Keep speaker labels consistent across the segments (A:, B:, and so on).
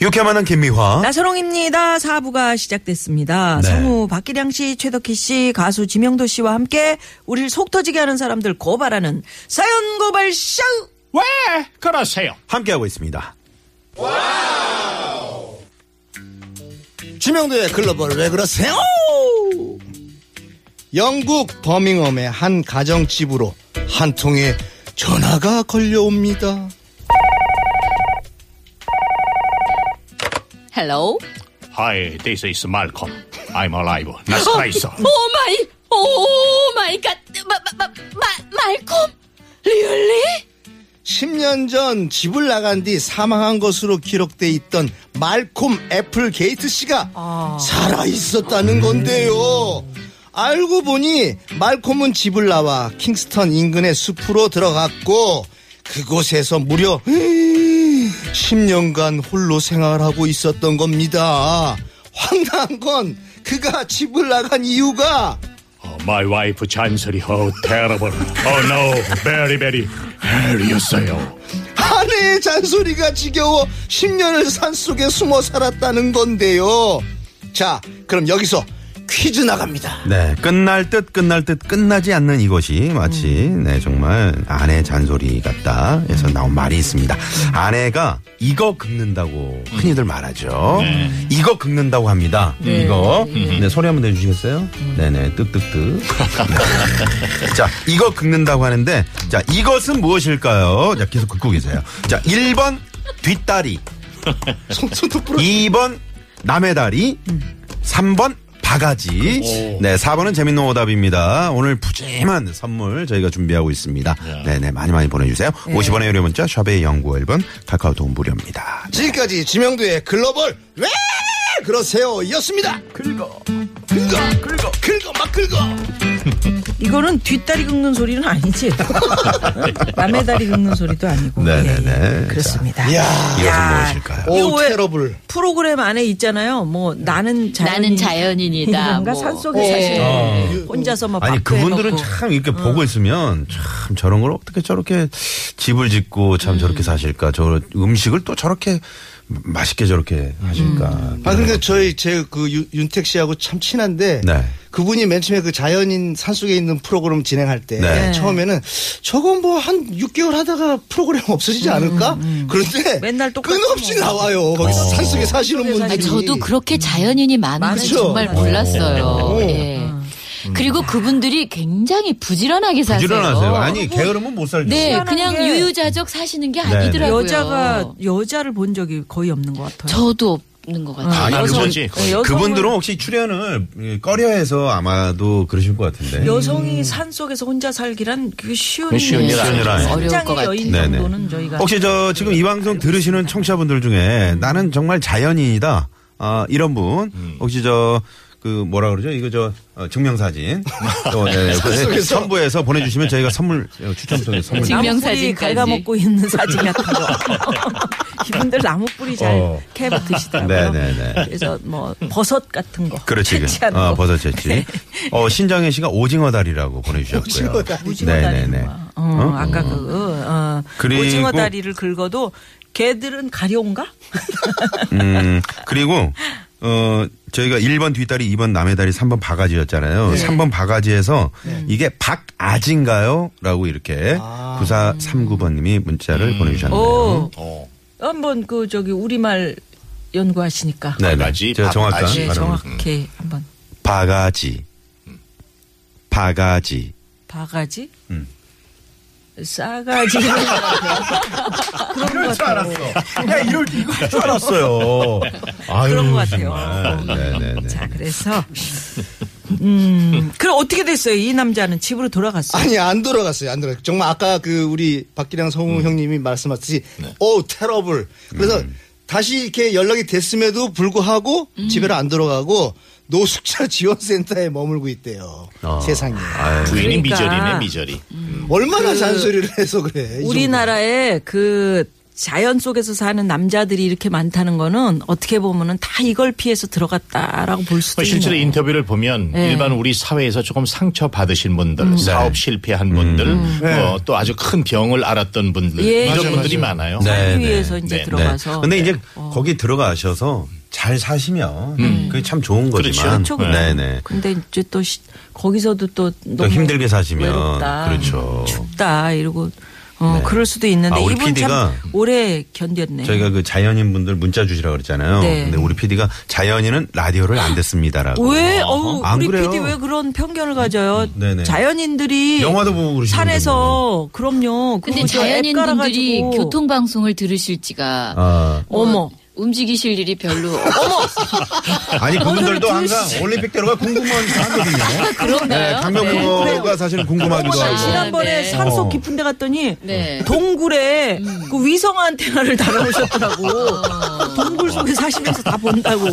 A: 유쾌만한 김미화.
B: 나선홍입니다. 사부가 시작됐습니다.
A: 어? 네.
B: 성우 박기량 씨, 최덕희 씨, 가수 지명도 씨와 함께 우리를 속 터지게 하는 사람들 고발하는 사연 고발 쇼!
C: 왜 그러세요?
A: 함께하고 있습니다.
D: 지명도의 글로벌 왜 그러세요?
E: 영국 버밍엄의 한 가정집으로 한 통의 전화가 걸려옵니다.
F: Hello.
C: Hi, this is Malcolm. I'm alive. 나 살아있어.
F: 오 마이, 오 마이 갓, 마, 마, 마, 마, 말콤? 리얼리?
E: 10년 전 집을 나간 뒤 사망한 것으로 기록돼 있던 말콤 애플 게이트 씨가 살아 있었다는 건데요. 알고 보니 말콤은 집을 나와 킹스턴 인근의 숲으로 들어갔고 그곳에서 무려 10년간 홀로 생활하고 있었던 겁니다. 황당한 건 그가 집을 나간 이유가
G: 어,
C: Oh, my wife 잔소리. Oh, terrible. Oh, no. Very, very. 헬이었어요.
E: 아내의 잔소리가 지겨워 10년을 산속에 숨어 살았다는 건데요. 자, 그럼 여기서 퀴즈 나갑니다.
A: 네. 끝날 듯 끝날 듯 끝나지 않는 이것이 마치 네, 정말 아내 잔소리 같다 해서 나온 말이 있습니다. 아내가 이거 긁는다고 흔히들 말하죠. 이거 긁는다고 합니다. 이거. 네, 소리 한번 내주시겠어요? 네네. 뚝뚝뚝. 네. 자, 이거 긁는다고 하는데 자, 이것은 무엇일까요? 자, 계속 긁고 계세요. 자, 1번 뒷다리.
E: 손톱
A: 2번 남의 다리 3번 바가지 네 4번은 재밌는 오답입니다 오늘 푸짐한 선물 저희가 준비하고 있습니다 네네 많이 많이 보내주세요 50원의 유료 문자 샵의 연구 1번 카카오톡 무료입니다
E: 지금까지 지명도의 글로벌 왜 그러세요? 였습니다. 긁어. 긁어. 긁어. 막 긁어.
B: 이거는 뒷다리 긁는 소리는 아니지. 남의 다리 긁는 소리도 아니고.
A: 네네네.
B: 예, 예. 그렇습니다.
E: 이야.
A: 이것은 무엇일까요
E: 오,
B: 이거 왜-
E: 테러블.
B: 프로그램 안에 있잖아요. 뭐 나는 자연인
F: 나는 자연인이다.
B: 뭔가
F: 뭐.
B: 산속에
F: 예.
B: 사실 혼자서 막
A: 어. 아니
B: 어, 밥도
A: 그분들은
B: 해먹고. 어.
A: 참 이렇게 보고 있으면 참 저런 걸 어떻게 저렇게 집을 짓고
B: 음.
A: 참 저렇게 사실까 저 음식을 또 저렇게 맛있게 저렇게 하실까
B: 음.
E: 아, 근데 저희, 제, 그, 유- 윤택 씨하고 참 친한데.
A: 네.
E: 그분이 맨 처음에 그 자연인 산속에 있는 프로그램 진행할 때.
A: 네.
E: 처음에는 저건 뭐 한 6개월 하다가 프로그램 없어지지 않을까? 그런데.
B: 맨날 똑같은
E: 끊임없이
B: 거.
E: 나와요.
A: 어.
E: 거기서 산속에 사시는
B: 산속에
E: 분들이.
F: 아, 저도
B: 음.
F: 그렇게 자연인이 많은 건
B: 맞죠. 네.
F: 정말 몰랐어요.
E: 오.
F: 예.
B: 음.
F: 그리고 그분들이 굉장히 부지런하게 사세요.
B: 어.
A: 부지런하세요 아니 게으르면 못 살죠
F: 네, 그냥
B: 음. 게-
F: 유유자적 사시는 게
A: 네.
F: 아니더라고요.
B: 여자가 여자를 본 적이 거의 없는 것 같아요.
F: 저도 없는 것 같아요.
A: 아니,
C: 여성-
A: 그분,
C: 네,
B: 여성은-
A: 그분들은 혹시 출연을 예, 꺼려해서 아마도 그러실 것 같은데.
B: 여성이 산 속에서 혼자 살기란 그게 쉬운
C: 쉬운 일
A: 아니죠.
F: 어려울 것
B: 장의
F: 같아요.
B: 여인
A: 네네.
B: 정도는 저희가
A: 혹시 저 지금 이 방송 들으시는 청취자분들 중에 나는 정말 자연인이다. 아, 이런 분. 혹시 저, 그 뭐라 그러죠? 이거 저 어, 증명사진. 어, 네, 그 첨부해서 보내주시면 저희가 선물 어, 추첨 통해 선물.
F: 지금-
B: 나무뿌리
F: 증명사진까지.
B: 갉아먹고 있는 사진 같은 거. 이분들 나무뿌리 잘
A: 어.
B: 캐버 드시더라고요.
A: 네네네.
B: 그래서 뭐 버섯 같은 거.
A: 그렇지. 그.
B: 채취하는
A: 어,
B: 거. 네.
A: 버섯 채취. 어, 신정혜 씨가 오징어 다리라고 보내주셨고요. 네, 오징어 다리.
B: 오징어 다리인 거야. 어, 아까 그 어,
A: 그리고-
B: 오징어 다리를 긁어도 걔들은 가려운가?
A: 음, 그리고 어 저희가 1번 뒷다리, 2번 남의 다리, 3번 바가지였잖아요.
B: 네.
A: 3번 바가지에서 이게 박아진가요?라고 이렇게 9439번님이 문자를 보내주셨네요.
B: 음. 오. 어. 한번 그 저기 우리말 연구하시니까.
A: 네,
C: 바가지,
A: 제가 정확한
C: 바가지.
B: 네,
A: 발음을.
B: 정확히 한번
A: 바가지, 바가지.
B: 바가지?
A: 음.
B: 싸가지. 그런 것 같아요.
A: 야, 이럴 때 이거 할 줄 알았어요. 아유,
B: 그런 것 같아요. 어, 음.
A: 정말. 네네네.
B: 자, 그래서 음, 그럼 어떻게 됐어요? 이 남자는 집으로 돌아갔어요.
E: 아니 안 돌아갔어요 안 돌아
A: 음. 네.
E: 정말 아까 그 우리 박기량 성우 형님이 말씀하셨듯이 오 테러블 그래서 다시 이렇게 연락이 됐음에도 불구하고 집에를 안 들어가고 노숙자 지원센터에 머물고 있대요.
A: 어.
E: 세상에.
A: 아,
G: 부인이
B: 그러니까.
G: 미저리네 미저리.
E: 얼마나 잔소리를 해서 그래. 이
B: 그 우리나라에 그 자연 속에서 사는 남자들이 이렇게 많다는 거는 어떻게 보면은 다 이걸 피해서 들어갔다라고 볼 수도
G: 뭐
B: 있네요.
G: 실제로 인터뷰를 보면
B: 네.
G: 일반 우리 사회에서 조금 상처 받으신 분들, 사업 실패한 분들, 뭐 또 아주 큰 병을 앓았던 분들
B: 예,
G: 이런
B: 맞아요,
G: 분들이
E: 맞아요.
G: 많아요.
A: 네, 네.
B: 위에서 이제
G: 네,
B: 들어가서. 음.
A: 근데 이제 거기 들어가셔서 잘 사시면 그게 참 좋은 거지만.
B: 그렇죠.
A: 네, 네.
B: 근데 이제 또 시- 거기서도 또
A: 또
B: 너무
A: 힘들게 사시면
B: 외롭다. 음,
A: 그렇죠.
B: 춥다 이러고 어,
A: 네.
B: 그럴 수도 있는데
A: 아, 우리
B: 이분 참
A: PD가
B: 오래 견뎠네.
A: 저희가 그 자연인 분들 문자 주시라고 그랬잖아요.
B: 네.
A: 근데 우리 PD가 자연인은 라디오를 안 듣습니다라고.
B: 왜? 어우,
A: 안
B: 우리
A: 그래요.
B: PD 왜 그런 편견을 가져요?
A: 네네.
B: 자연인들이
A: 영화도 보고 그러시는
B: 산에서 그럼요.
F: 근데
B: 그거 저앱
F: 자연인분들이
B: 깔아가지고.
F: 교통방송을 들으실지가
A: 아.
F: 뭐
B: 어머.
F: 움직이실 일이 별로 어머
A: 아니 그분들도
B: 오늘 아,
A: 항상
B: 들으시-
A: 올림픽대로가 궁금한 사람들이요. 네,
F: 그런가요?
A: 강명호가 사실은 궁금하기도
B: 어머나,
A: 하고.
B: 지난번에
F: 네.
B: 산속
A: 아, 어.
B: 깊은 데 갔더니
F: 네. 음.
B: 동굴에 그 위성 안테나를 달아오셨더라고.
F: 어.
B: 동굴 속에 사시면서 다 본다고.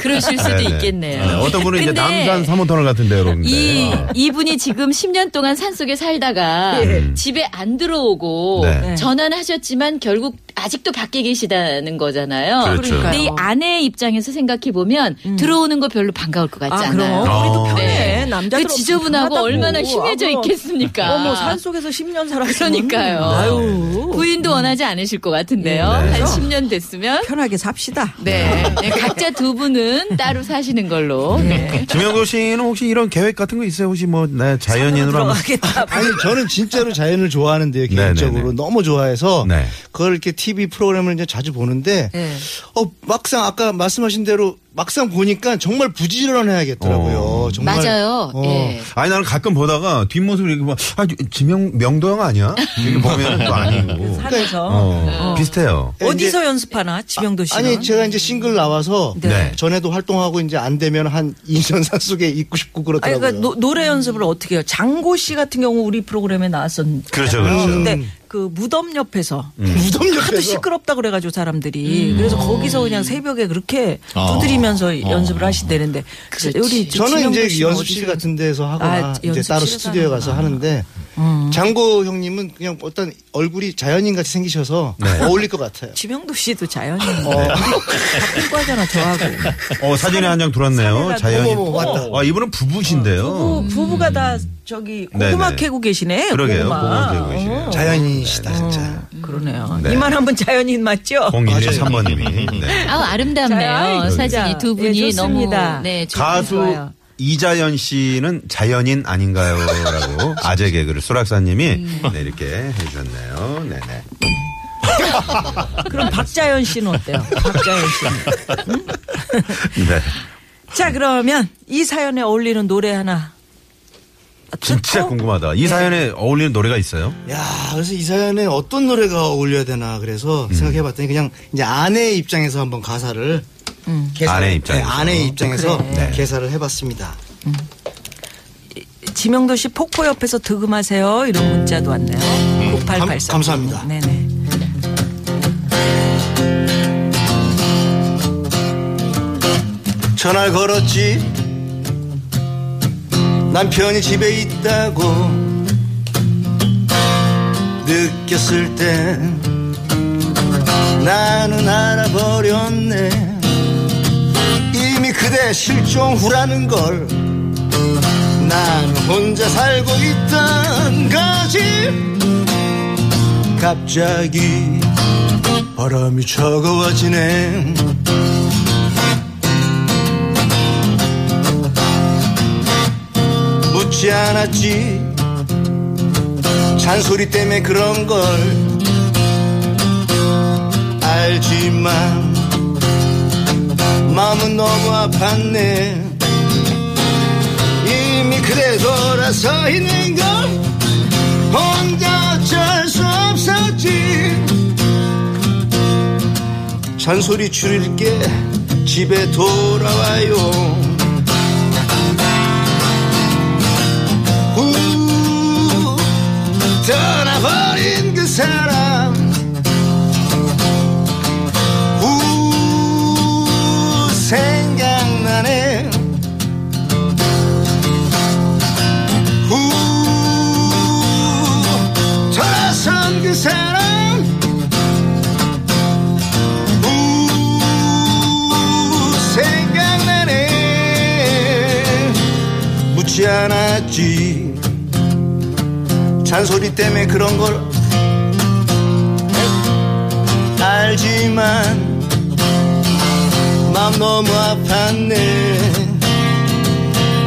F: 그러실 수도
A: 네, 네.
F: 있겠네요.
A: 네, 어떤 분은 이제
F: 근데
A: 남산 사모터널 같은데 여러분들.
F: 이
A: 어.
F: 이분이 지금 10년 동안 산속에
B: 예.
F: 살다가
B: 음.
F: 집에 안 들어오고
A: 네.
F: 전화는 하셨지만 결국 아직도 밖에 계시다는 거잖아요.
A: 그렇죠.
F: 근데 이 아내의 입장에서 생각해 보면 들어오는 거 별로 반가울 것 같지
B: 음. 아,
F: 않아요.
B: 그럼. 우리도
A: 어.
B: 편해.
F: 네.
B: 남자들
F: 그 지저분하고
B: 없으면
F: 얼마나
B: 편하다고.
F: 심해져
B: 아, 그럼.
F: 있겠습니까?
B: 어머, 산 속에서 10년 살았으면.
F: 그러니까. 그러니까요.
B: 아유.
F: 부인도 원하지 않으실 것 같은데요.
A: 음, 네.
F: 한 10년 됐으면.
B: 편하게 삽시다.
F: 네. 네, 각자 두 분은 따로 사시는 걸로. 네.
A: 김영도 씨는 혹시 이런 계획 같은 거 있어요? 혹시 뭐 네, 자연인으로 한번
B: 들어가겠다.
E: 아니 저는 진짜로 자연을 좋아하는데요 개인적으로
A: 네네네.
E: 너무 좋아해서
A: 네.
E: 그걸 이렇게 TV 프로그램을 이제 자주 보는데
B: 네.
E: 어 막상 아까 말씀하신 대로 막상 보니까 정말 부지런해야겠더라고요.
A: 어.
E: 정말
F: 맞아요.
E: 어.
F: 예.
A: 아니 나는 가끔 보다가 뒷모습을 이렇게 막 아, 지명 명도형 아니야? 이렇게 보면 또 아니고.
B: 산에서.
A: 어, 비슷해요.
B: 어디서 연습하나 지명도 씨는?
E: 아니 제가 이제 싱글 나와서
B: 네.
A: 네.
E: 전에도 활동하고 이제 안 되면 한 2년 산 속에 있고 싶고
B: 아니,
E: 그렇더라고요.
B: 그러니까 노, 노래 연습을 어떻게 해요? 장고 씨 같은 경우 우리 프로그램에 나왔었는데.
A: 그렇죠, 그렇죠.
B: 근데 그 무덤 옆에서
E: 무덤
B: 하도
E: 옆에서
B: 시끄럽다 그래가지고 사람들이 그래서 거기서 그냥 새벽에 그렇게 두드리면서 연습을 하시대는데
F: 그렇지.
B: 우리 저
E: 저는
B: 지명도
E: 이제
B: 씨는
E: 연습실
B: 어디서
E: 같은 데서 하거나
B: 아,
E: 이제 따로
B: 연습실에서 음.
E: 스튜디오에 가서 하는데 장고 형님은 그냥 어떤 얼굴이 자연인 같이 생기셔서
A: 네.
E: 어울릴 것 같아요.
B: 지명도 씨도 자연인데 같은 과잖아 저하고
A: 어, 사진에 한 장 돌았네요.
B: 산이라도- 어,
A: 자연인.
E: 어머, 어머,
A: 아, 이분은 부부신데요.
B: 부부, 부부가 다 저기
A: 어. 음. 네네.
B: 고구마 캐고 계시네 어.
A: 그러게요.
B: 고구마. 음.
A: 공원 되고 계시네요.
E: 자연인이시다 진짜.
B: 어. 그러네요
A: 네.
B: 이만 한번 자연인 맞죠?
A: 0113번님이. 네.
F: 아우 아름답네요.
B: 자연, 진짜.
F: 사진이 두 분이
B: 예,
F: 너무
B: 좋습니다.
F: 네, 좋-
A: 가수
B: 좋아요.
A: 이자연 씨는 자연인 아닌가요? 라고 아재 개그를 소락사님이
B: 음.
A: 네, 이렇게 해주셨네요. 네네.
B: 그럼 박자연 씨는 어때요? 박자연 씨는 그
A: 네.
B: 자 그러면 이 사연에 어울리는 노래 하나
A: 진짜
B: 듣고
A: 궁금하다. 이 사연에 어울리는 노래가 있어요?
E: 야, 그래서 이 사연에 어떤 노래가 어울려야 되나 그래서
A: 음.
E: 생각해봤더니 그냥 이제 아내의 입장에서 한번 가사를
B: 음.
E: 개사를-
A: 아내의 입장에서.
E: 네, 아내의 입장에서
A: 네.
E: 개사를 해봤습니다.
B: 지명도 씨 폭포 옆에서 득음하세요 이런 문자도 왔네요.
A: 음,
B: 9884.
E: 감- 감사합니다.
B: 네네.
E: 전화를 걸었지 남편이 집에 있다고 느꼈을 때 나는 알아버렸네 이미 그대 실종 후라는 걸 나는 혼자 살고 있던 거지 갑자기 바람이 차가워지네 묻지 않았지 잔소리 때문에 그런 걸 알지만 마음은 너무 아팠네 이미 그래 돌아서 있는 걸 혼자 어쩔 수 없었지 잔소리 줄일게 집에 돌아와요 후 떠나버린 그 사람 후그 좋지 않았지 잔소리 때문에 그런 걸 알지만 마음 너무 아팠네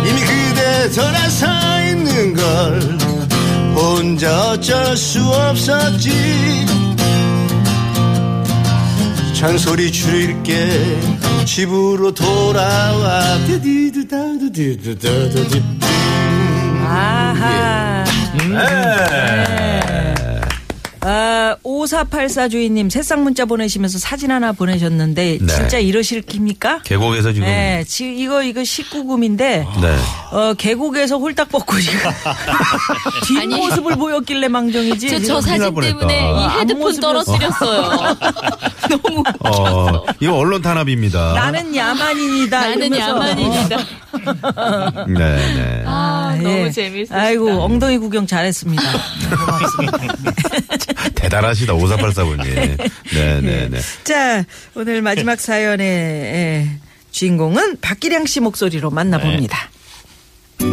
E: 이미 그대 돌아서 있는 걸 혼자 어쩔 수 없었지 잔소리 줄일게 집으로 돌아와 디디두다두디두다두디
B: 아하.
A: 예. 네.
B: 네. 아, 5484 주인님 새싹 문자 보내시면서 사진 하나 보내셨는데
A: 네.
B: 진짜 이러실 깁니까?
A: 계곡에서 지금
B: 네, 지금 이거 이거 19금인데
A: 네.
B: 어, 계곡에서 홀딱 벗고 지금 뒷모습을 보였길래 예, 망정이지.
F: 저, 저
A: 큰일 날
F: 사진
A: 뻔했다. 아,
F: 때문에 이 헤드폰
B: 앞모습이었어.
F: 떨어뜨렸어요. 너무
A: 어, 이거 언론 탄압입니다.
B: 나는 아, 야만인이다.
F: 나는
B: 이러면서.
F: 야만인이다.
A: 네, 네.
F: 아,
B: 예.
F: 너무 재밌어.
B: 아이고 엉덩이 구경 잘했습니다.
A: 대단하시다, 5484분님. 네, 네, 네.
B: 자 오늘 마지막 사연의 예, 주인공은 박기량 씨 목소리로 만나봅니다.
H: 네.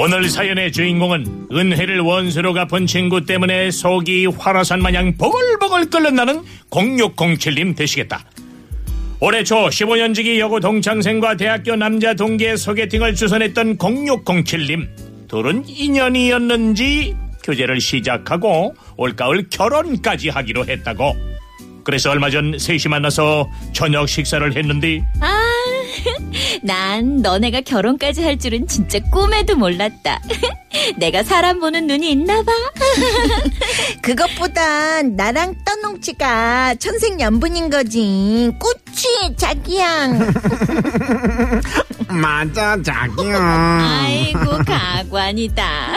C: 오늘 사연의 주인공은 은혜를 원수로 갚은 친구 때문에 속이 화라산 마냥 보글보글 끓는다는 0607님 되시겠다. 올해 초 15년지기 여고 동창생과 대학교 남자 동기의 소개팅을 주선했던 0607님. 둘은 인연이었는지 교제를 시작하고 올가을 결혼까지 하기로 했다고. 그래서 얼마 전 셋이 만나서 저녁 식사를 했는데
F: 아, 난 너네가 결혼까지 할 줄은 진짜 꿈에도 몰랐다. 내가 사람 보는 눈이 있나 봐.
H: 그것보단 나랑 떠농치가 천생연분인 거지. 꽃이 자기야.
D: 맞아 자기야
F: 아이고, 가관이다.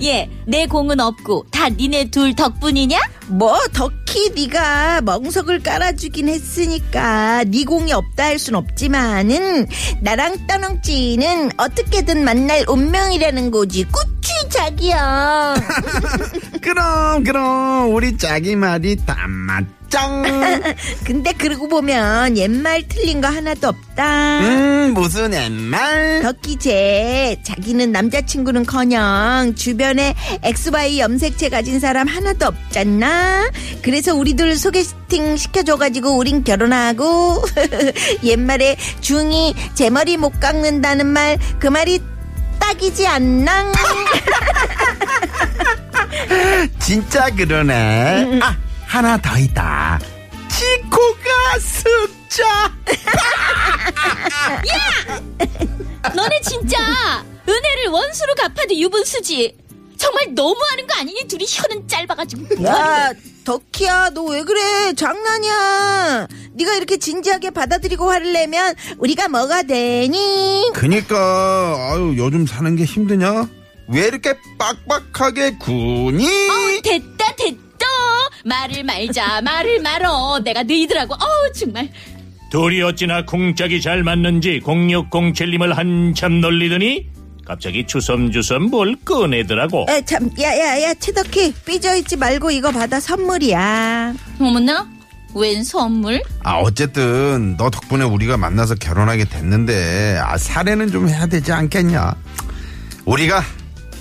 F: 예, 내 공은 없고 다 니네 둘 덕분이냐?
H: 뭐 덕히 네가 멍석을 깔아주긴 했으니까 네 공이 없다 할 순 없지만은 나랑 떠농치는 어떻게든 만날 운명이라는 거지. 꽃이 자기야.
D: 그럼 그럼 우리 자기 말이 다 맞짱
H: 근데 그러고 보면 옛말 틀린 거 하나도 없다.
D: 음 무슨 엠말
H: 덕기제 자기는 남자친구는커녕 주변에 XY 염색체 가진 사람 하나도 없잖아 그래서 우리들 소개팅 시켜줘가지고 우린 결혼하고 옛말에 중이 제 머리 못 깎는다는 말 그 말이 딱이지 않나
D: 진짜 그러네 아 하나 더 있다 치코가 숫자
F: 너네 진짜 은혜를 원수로 갚아도 유분수지. 정말 너무하는 거 아니니? 둘이 혀는 짧아가지고. 뭐 하는 거야?
H: 야 덕희야 너 왜 그래 장난이야 네가 이렇게 진지하게 받아들이고 화를 내면 우리가 뭐가 되니
A: 그니까, 아유, 요즘 사는 게 힘드냐? 왜 이렇게 빡빡하게 구니?
F: 됐다, 됐다. 말을 말자, 말을 말어. 내가 너희들하고, 어우, 정말.
C: 둘이 어찌나 쿵짝이 잘 맞는지 0607님을 한참 놀리더니 갑자기 주섬주섬 뭘 꺼내더라고
H: 야, 참, 야, 야, 야, 채덕희, 삐져있지 말고 이거 받아, 선물이야.
F: 어머나? 웬 선물?
A: 아, 어쨌든, 너 덕분에 우리가 만나서 결혼하게 됐는데, 아, 사례는 좀 해야 되지 않겠냐? 우리가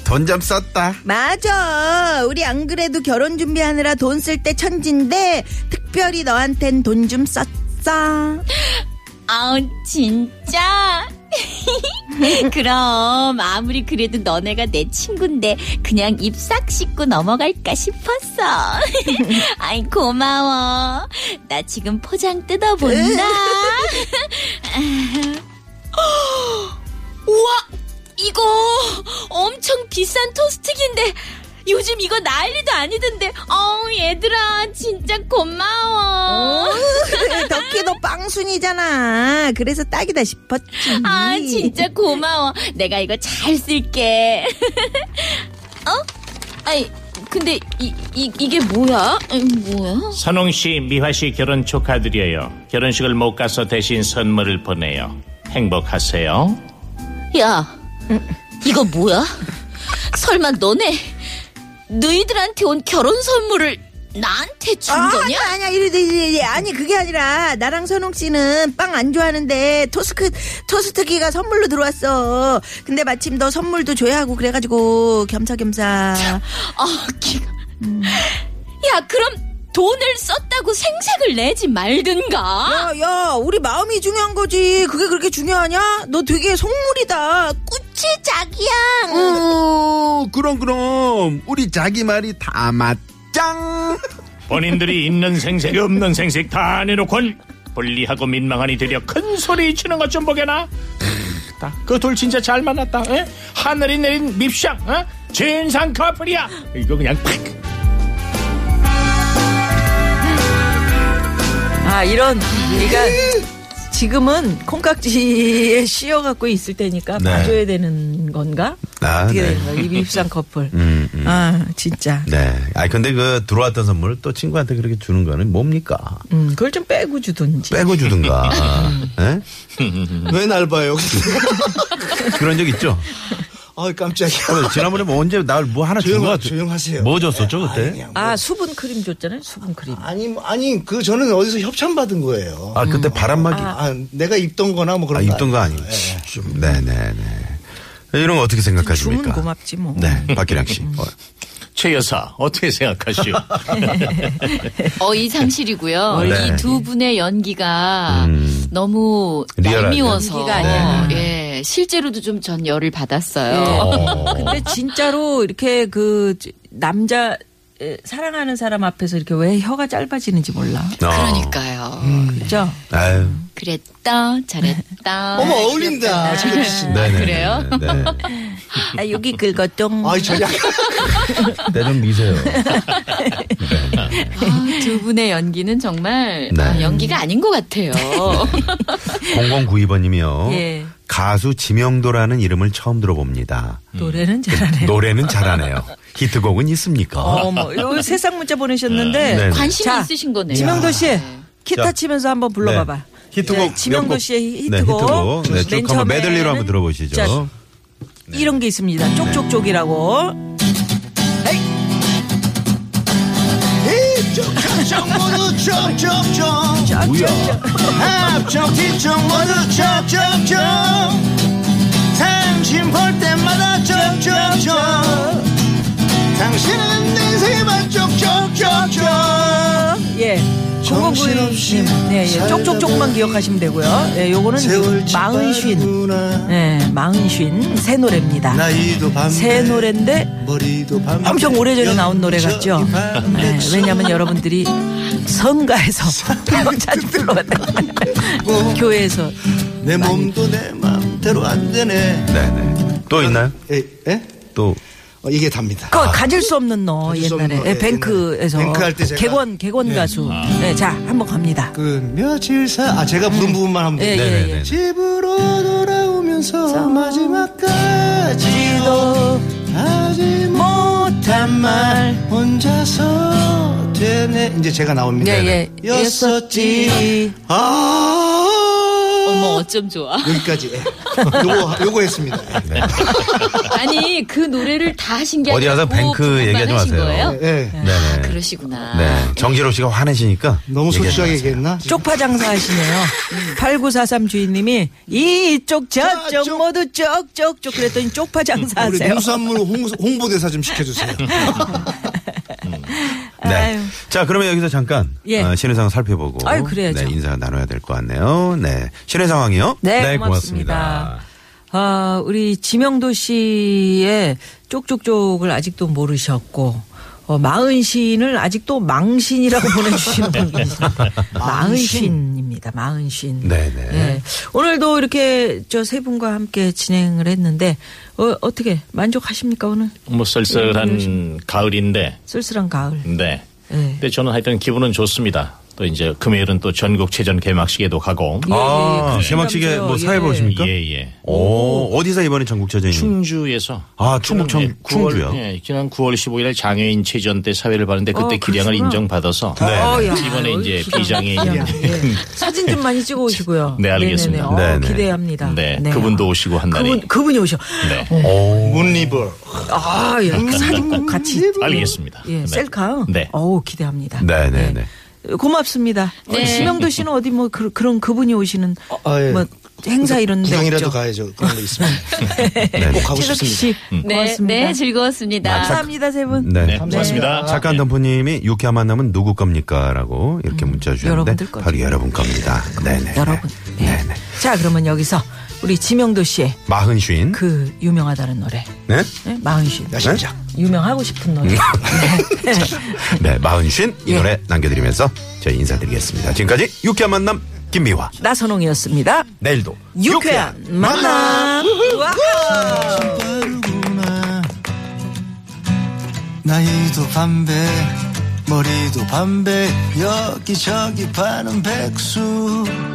A: 돈 좀 썼다.
H: 맞아. 우리 안 그래도 결혼 준비하느라 돈 쓸 때 천진데, 특별히 너한텐 돈 좀 썼어.
F: 아우 진짜 그럼 아무리 그래도 너네가 내 친구인데 그냥 입 싹 씻고 넘어갈까 싶었어 아이 고마워 나 지금 포장 뜯어본다 우와 이거 엄청 비싼 토스트기인데 요즘 이거 난리도 아니던데 어우 얘들아 진짜 고마워
H: 덕희, 너 빵순이잖아. 그래서 딱이다 싶었지.
F: 아, 진짜 고마워. 내가 이거 잘 쓸게. 어? 아니, 근데 이, 이, 이게 뭐야? 이, 뭐야?
C: 선홍씨 미화씨 결혼 축하드려요 결혼식을 못 가서 대신 선물을 보내요 행복하세요
F: 야, 이거 뭐야? 설마 너네, 너희들한테 온 결혼 선물을 나한테 준
H: 아,
F: 거냐?
H: 아니야, 아니야, 이래, 이래, 이래. 아니, 그게 아니라, 나랑 선홍 씨는 빵 안 좋아하는데, 토스크, 토스트기가 선물로 들어왔어. 근데 마침 너 선물도 줘야 하고, 그래가지고, 겸사겸사.
F: 아, 기가. 야, 그럼 돈을 썼다고 생색을 내지 말든가.
H: 야, 야, 우리 마음이 중요한 거지. 그게 그렇게 중요하냐? 너 되게 속물이다.
F: 그치, 자기야.
D: 어, 그럼 그럼 우리 자기 말이 다 맞짱.
C: 본인들이 있는 생색 없는 생색 다 내놓곤 불리하고 민망하니 되려 큰 소리 치는 것 좀 보게나. 그돌 진짜 잘 만났다. 에? 하늘이 내린 밉상. 어? 진상 커플이야. 이거 그냥 팍.
B: 아 이런 우리가 지금은 콩깍지에 씌어갖고 있을 때니까
A: 네.
B: 봐줘야 되는 건가?
A: 아,
B: 어떻게
A: 네. 음,
B: 되는 거야? 이 밉상 커플. 아 진짜.
A: 네. 아 근데 그 들어왔던 선물 또 친구한테 그렇게 주는 거는 뭡니까?
B: 음, 그걸 좀 빼고 주든지.
A: 빼고 주든가.
E: 음.
A: 예?
E: 왜 날 봐요?
A: 그런 적 있죠?
E: 아 깜짝이야.
A: 어, 지난번에 뭐 언제 날 뭐 하나 준거
E: 조용,
A: 같아.
E: 조용하세요.
A: 뭐 줬었죠
E: 아니,
A: 그때?
E: 그냥 뭐.
B: 아 수분 크림 줬잖아요. 수분 크림.
E: 아니, 뭐, 아니, 그 저는 어디서 협찬 받은 거예요.
A: 아, 그때 바람막이. 아,
E: 아, 내가 입던 거나 뭐 그런 거.
A: 입던 거
E: 아니에요. 예.
A: 아니고. 좀. 네네네. 이런 거 어떻게 생각하십니까?
B: 주면 고맙지 뭐.
A: 네, 박기량 씨.
E: 음.
A: 어,
G: 최 여사 어떻게 생각하시오?
F: 어이 상실이고요.
A: 네.
F: 이 두 분의 연기가
A: 음.
F: 너무
A: 리얼하게.
F: 얄미워서
B: 연기가 아니라.
F: 예, 실제로도 좀 전 열을
B: 네.
F: 받았어요.
B: 근데 진짜로 이렇게 그 지- 남자 에, 사랑하는 사람 앞에서 이렇게 왜 혀가 짧아지는지 몰라.
F: 그러니까요.
A: 음.
B: 그죠?
A: 아유.
F: 그랬다, 잘했다.
E: 어머, 어울린다. 지금
F: 아,
A: 네네네.
F: 그래요?
A: 네.
B: 아 여기 긁었죠.
E: 아이, 저 약간.
A: 때좀 미세요.
F: 아, 두 분의 연기는 정말
A: 네.
F: 아, 연기가 아닌 것 같아요.
A: 0092번님이요.
B: 예.
A: 가수 지명도라는 이름을 처음 들어봅니다. 그
B: 노래는 잘하네요.
A: 노래는 잘하네요. 히트곡은 있습니까?
B: 어머, 뭐, 요 세상 문자 보내셨는데
A: 아. 네.
F: 관심이
B: 자,
F: 있으신 거네요.
B: 지명도 씨 기타
A: 자.
B: 히면서 한번 불러봐봐.
A: 네. 히트곡
B: 네, 지명도
A: 몇 곡?
B: 씨의 히트곡.
A: 네, 히트곡. 네, 쭉
B: 맨
A: 한번 메들리로
B: 처음에는
A: 한번 들어보시죠.
B: 자, 이런 게 있습니다. 쪽쪽쪽이라고.
E: 에이, 네, 쪽, 쪽, 쪽, 모두 쪽, 쪽, 쪽. 앞쪽, 뒤쪽, 모두 쪽, 쪽, 쪽. 당신 볼 때마다 쪽, 쪽, 쪽. 당신은 내 세만 쪽, 쪽, 쪽, 쪽.
B: 예.
E: 정신없이
B: 네, 예. 쪽쪽쪽만 기억하시면 되고요. 예, 요거는
E: 세월
B: 마흔쉰.
E: 지나구나.
B: 예, 마흔쉰 새 노래입니다.
E: 나이도 밤.
B: 새 노래인데
E: 머리도 밤.
B: 엄청 오래전에 나온 노래 같죠? 네, 왜냐면 여러분들이 성가에서 뭐. 자주 불러봤다. 교회에서
E: 내 몸도 내 맘대로 안 되네.
A: 네네. 또 있나요?
E: 에, 에?
A: 또.
E: 어, 이게 답니다.
B: 그 가질 수 없는 너
A: 네.
E: 가질 수
B: 옛날에
E: 없는 너,
B: 예,
E: 예,
B: 뱅크에서
E: 옛날에. 뱅크 할때 제가-
B: 개원 개원
E: 네.
B: 가수
A: 아.
B: 네, 자 한번 갑니다.
E: 그 며칠 사, 아, 제가 부른 부분만 하면
B: 예,
E: 돼요.
B: 예, 예.
A: 네네네.
E: 집으로 돌아오면서 마지막까지도
B: 지도
E: 하지 못한 말 혼자서 되네. 이제 제가 나옵니다.
B: 예, 예.
E: 였었지. 아.
F: 어머, 어쩜 좋아.
E: 여기까지. 예. 요거, 요거 했습니다. 예.
F: 아니, 그 노래를 다 하신 게
A: 어디
F: 아니라
A: 가서 뱅크
F: 그 부분만
A: 얘기 좀
F: 하신
A: 하세요.
F: 거예요?
E: 예.
B: 아,
A: 네네.
F: 그러시구나.
A: 네. 정재로 씨가 화내시니까.
E: 너무
A: 얘기하지
E: 솔직하게
A: 마세요.
E: 얘기했나?
B: 쪽파 장사하시네요. 8943 주인님이 이쪽 저쪽 음,
E: 저쪽.
B: 모두 쪽쪽쪽 그랬더니 쪽파
E: 우리
B: 장사하세요.
E: 농산물 홍, 홍보대사 좀 시켜주세요.
A: 네.
B: 아유.
A: 자, 그러면 여기서 잠깐
B: 예.
A: 어, 신의 상황 살펴보고
B: 아유, 그래야죠.
A: 네, 인사 나눠야 될 것 같네요. 네. 신의 상황이요?
B: 네, 고맙습니다. 아, 우리 지명도 씨의 쪽쪽쪽을 아직도 모르셨고, 어, 마흔신을 아직도 망신이라고 보내주시는
C: 네.
B: 분이 마흔신입니다. 마흔신.
A: 네네.
B: 예. 오늘도 이렇게 저 세 분과 함께 진행을 했는데, 어, 어떻게 만족하십니까, 오늘?
G: 뭐 썰썰한 가을인데,
B: 쓸쓸한 가을.
G: 네.
B: 예.
G: 근데 저는 하여튼 기분은 좋습니다.
C: 또 이제 금요일은 또 전국 체전 개막식에도 가고
G: 예,
A: 아,
G: 그러신다면서요.
A: 개막식에 뭐 사회
G: 예.
A: 보십니까?
C: 예 예.
A: 오, 어디서 이번에 전국체전이?
C: 충주에서
A: 아, 충북 청-
C: 지난, 예, 9월,
A: 충주요?
C: 예, 지난 9월 15일에 장애인 체전 때 사회를 봤는데 그때
G: 어,
C: 기량을
G: 그렇구나.
C: 인정받아서
G: 어, 야,
C: 네. 이번에
G: 어,
C: 이제
G: 기가
C: 비장애인
G: 막히다.
B: 예.
G: 네. 사진 좀 많이 찍어 오시고요.
C: 네, 알겠습니다.
G: 네네네. 어,
A: 네네.
G: 기대합니다.
C: 네, 그분도 오시고 한 날에
G: 그분 그분이 오셔.
C: 네.
E: 문리벌.
G: 아, 야, 그 사진 꼭 같이.
C: 알겠습니다.
G: 예,
C: 네.
G: 셀카.
C: 네.
G: 어우, 기대합니다.
A: 네네네.
G: 고맙습니다.
F: 네.
G: 지명도 씨는 어디 뭐 그, 런 그분이 오시는
E: 아, 예.
G: 뭐 행사 이런 데
E: 구경이라도
G: 없죠.
E: 가야죠. 그런 거 있으면.
G: 예.
A: 네,
E: 꼭 가고
G: 최석희
E: 싶습니다. 음.
G: 씨
F: 네,
G: 고맙습니다.
F: 네, 즐거웠습니다.
G: 감사합니다, 세 분.
A: 네.
C: 네, 고맙습니다.
G: 예.
A: 작가 덤프님이 유쾌한 만남은 누구 겁니까? 라고 이렇게 문자 주셨는데
G: 음, 여러분들 거죠. 그
A: 바로 여러분 겁니다. 네네.
G: 여러분. 네.
A: 네네.
G: 자, 그러면 여기서 우리 지명도 씨의
A: 마흔 쉰.
G: 그 유명하다는 노래.
A: 네?
G: 네? 마흔쉰.
E: 야, 진짜.
G: 유명하고 싶은 노래.
A: 네, 마흔 쉰. 이
G: 예.
A: 노래 남겨드리면서 저희 인사드리겠습니다. 지금까지 유쾌한 만남 김미화.
G: 나선홍이었습니다.
A: 내일도
G: 유쾌한 만남. 와우.
E: 빠르구나. 나이도 반배 머리도 반배 여기저기 파는 백수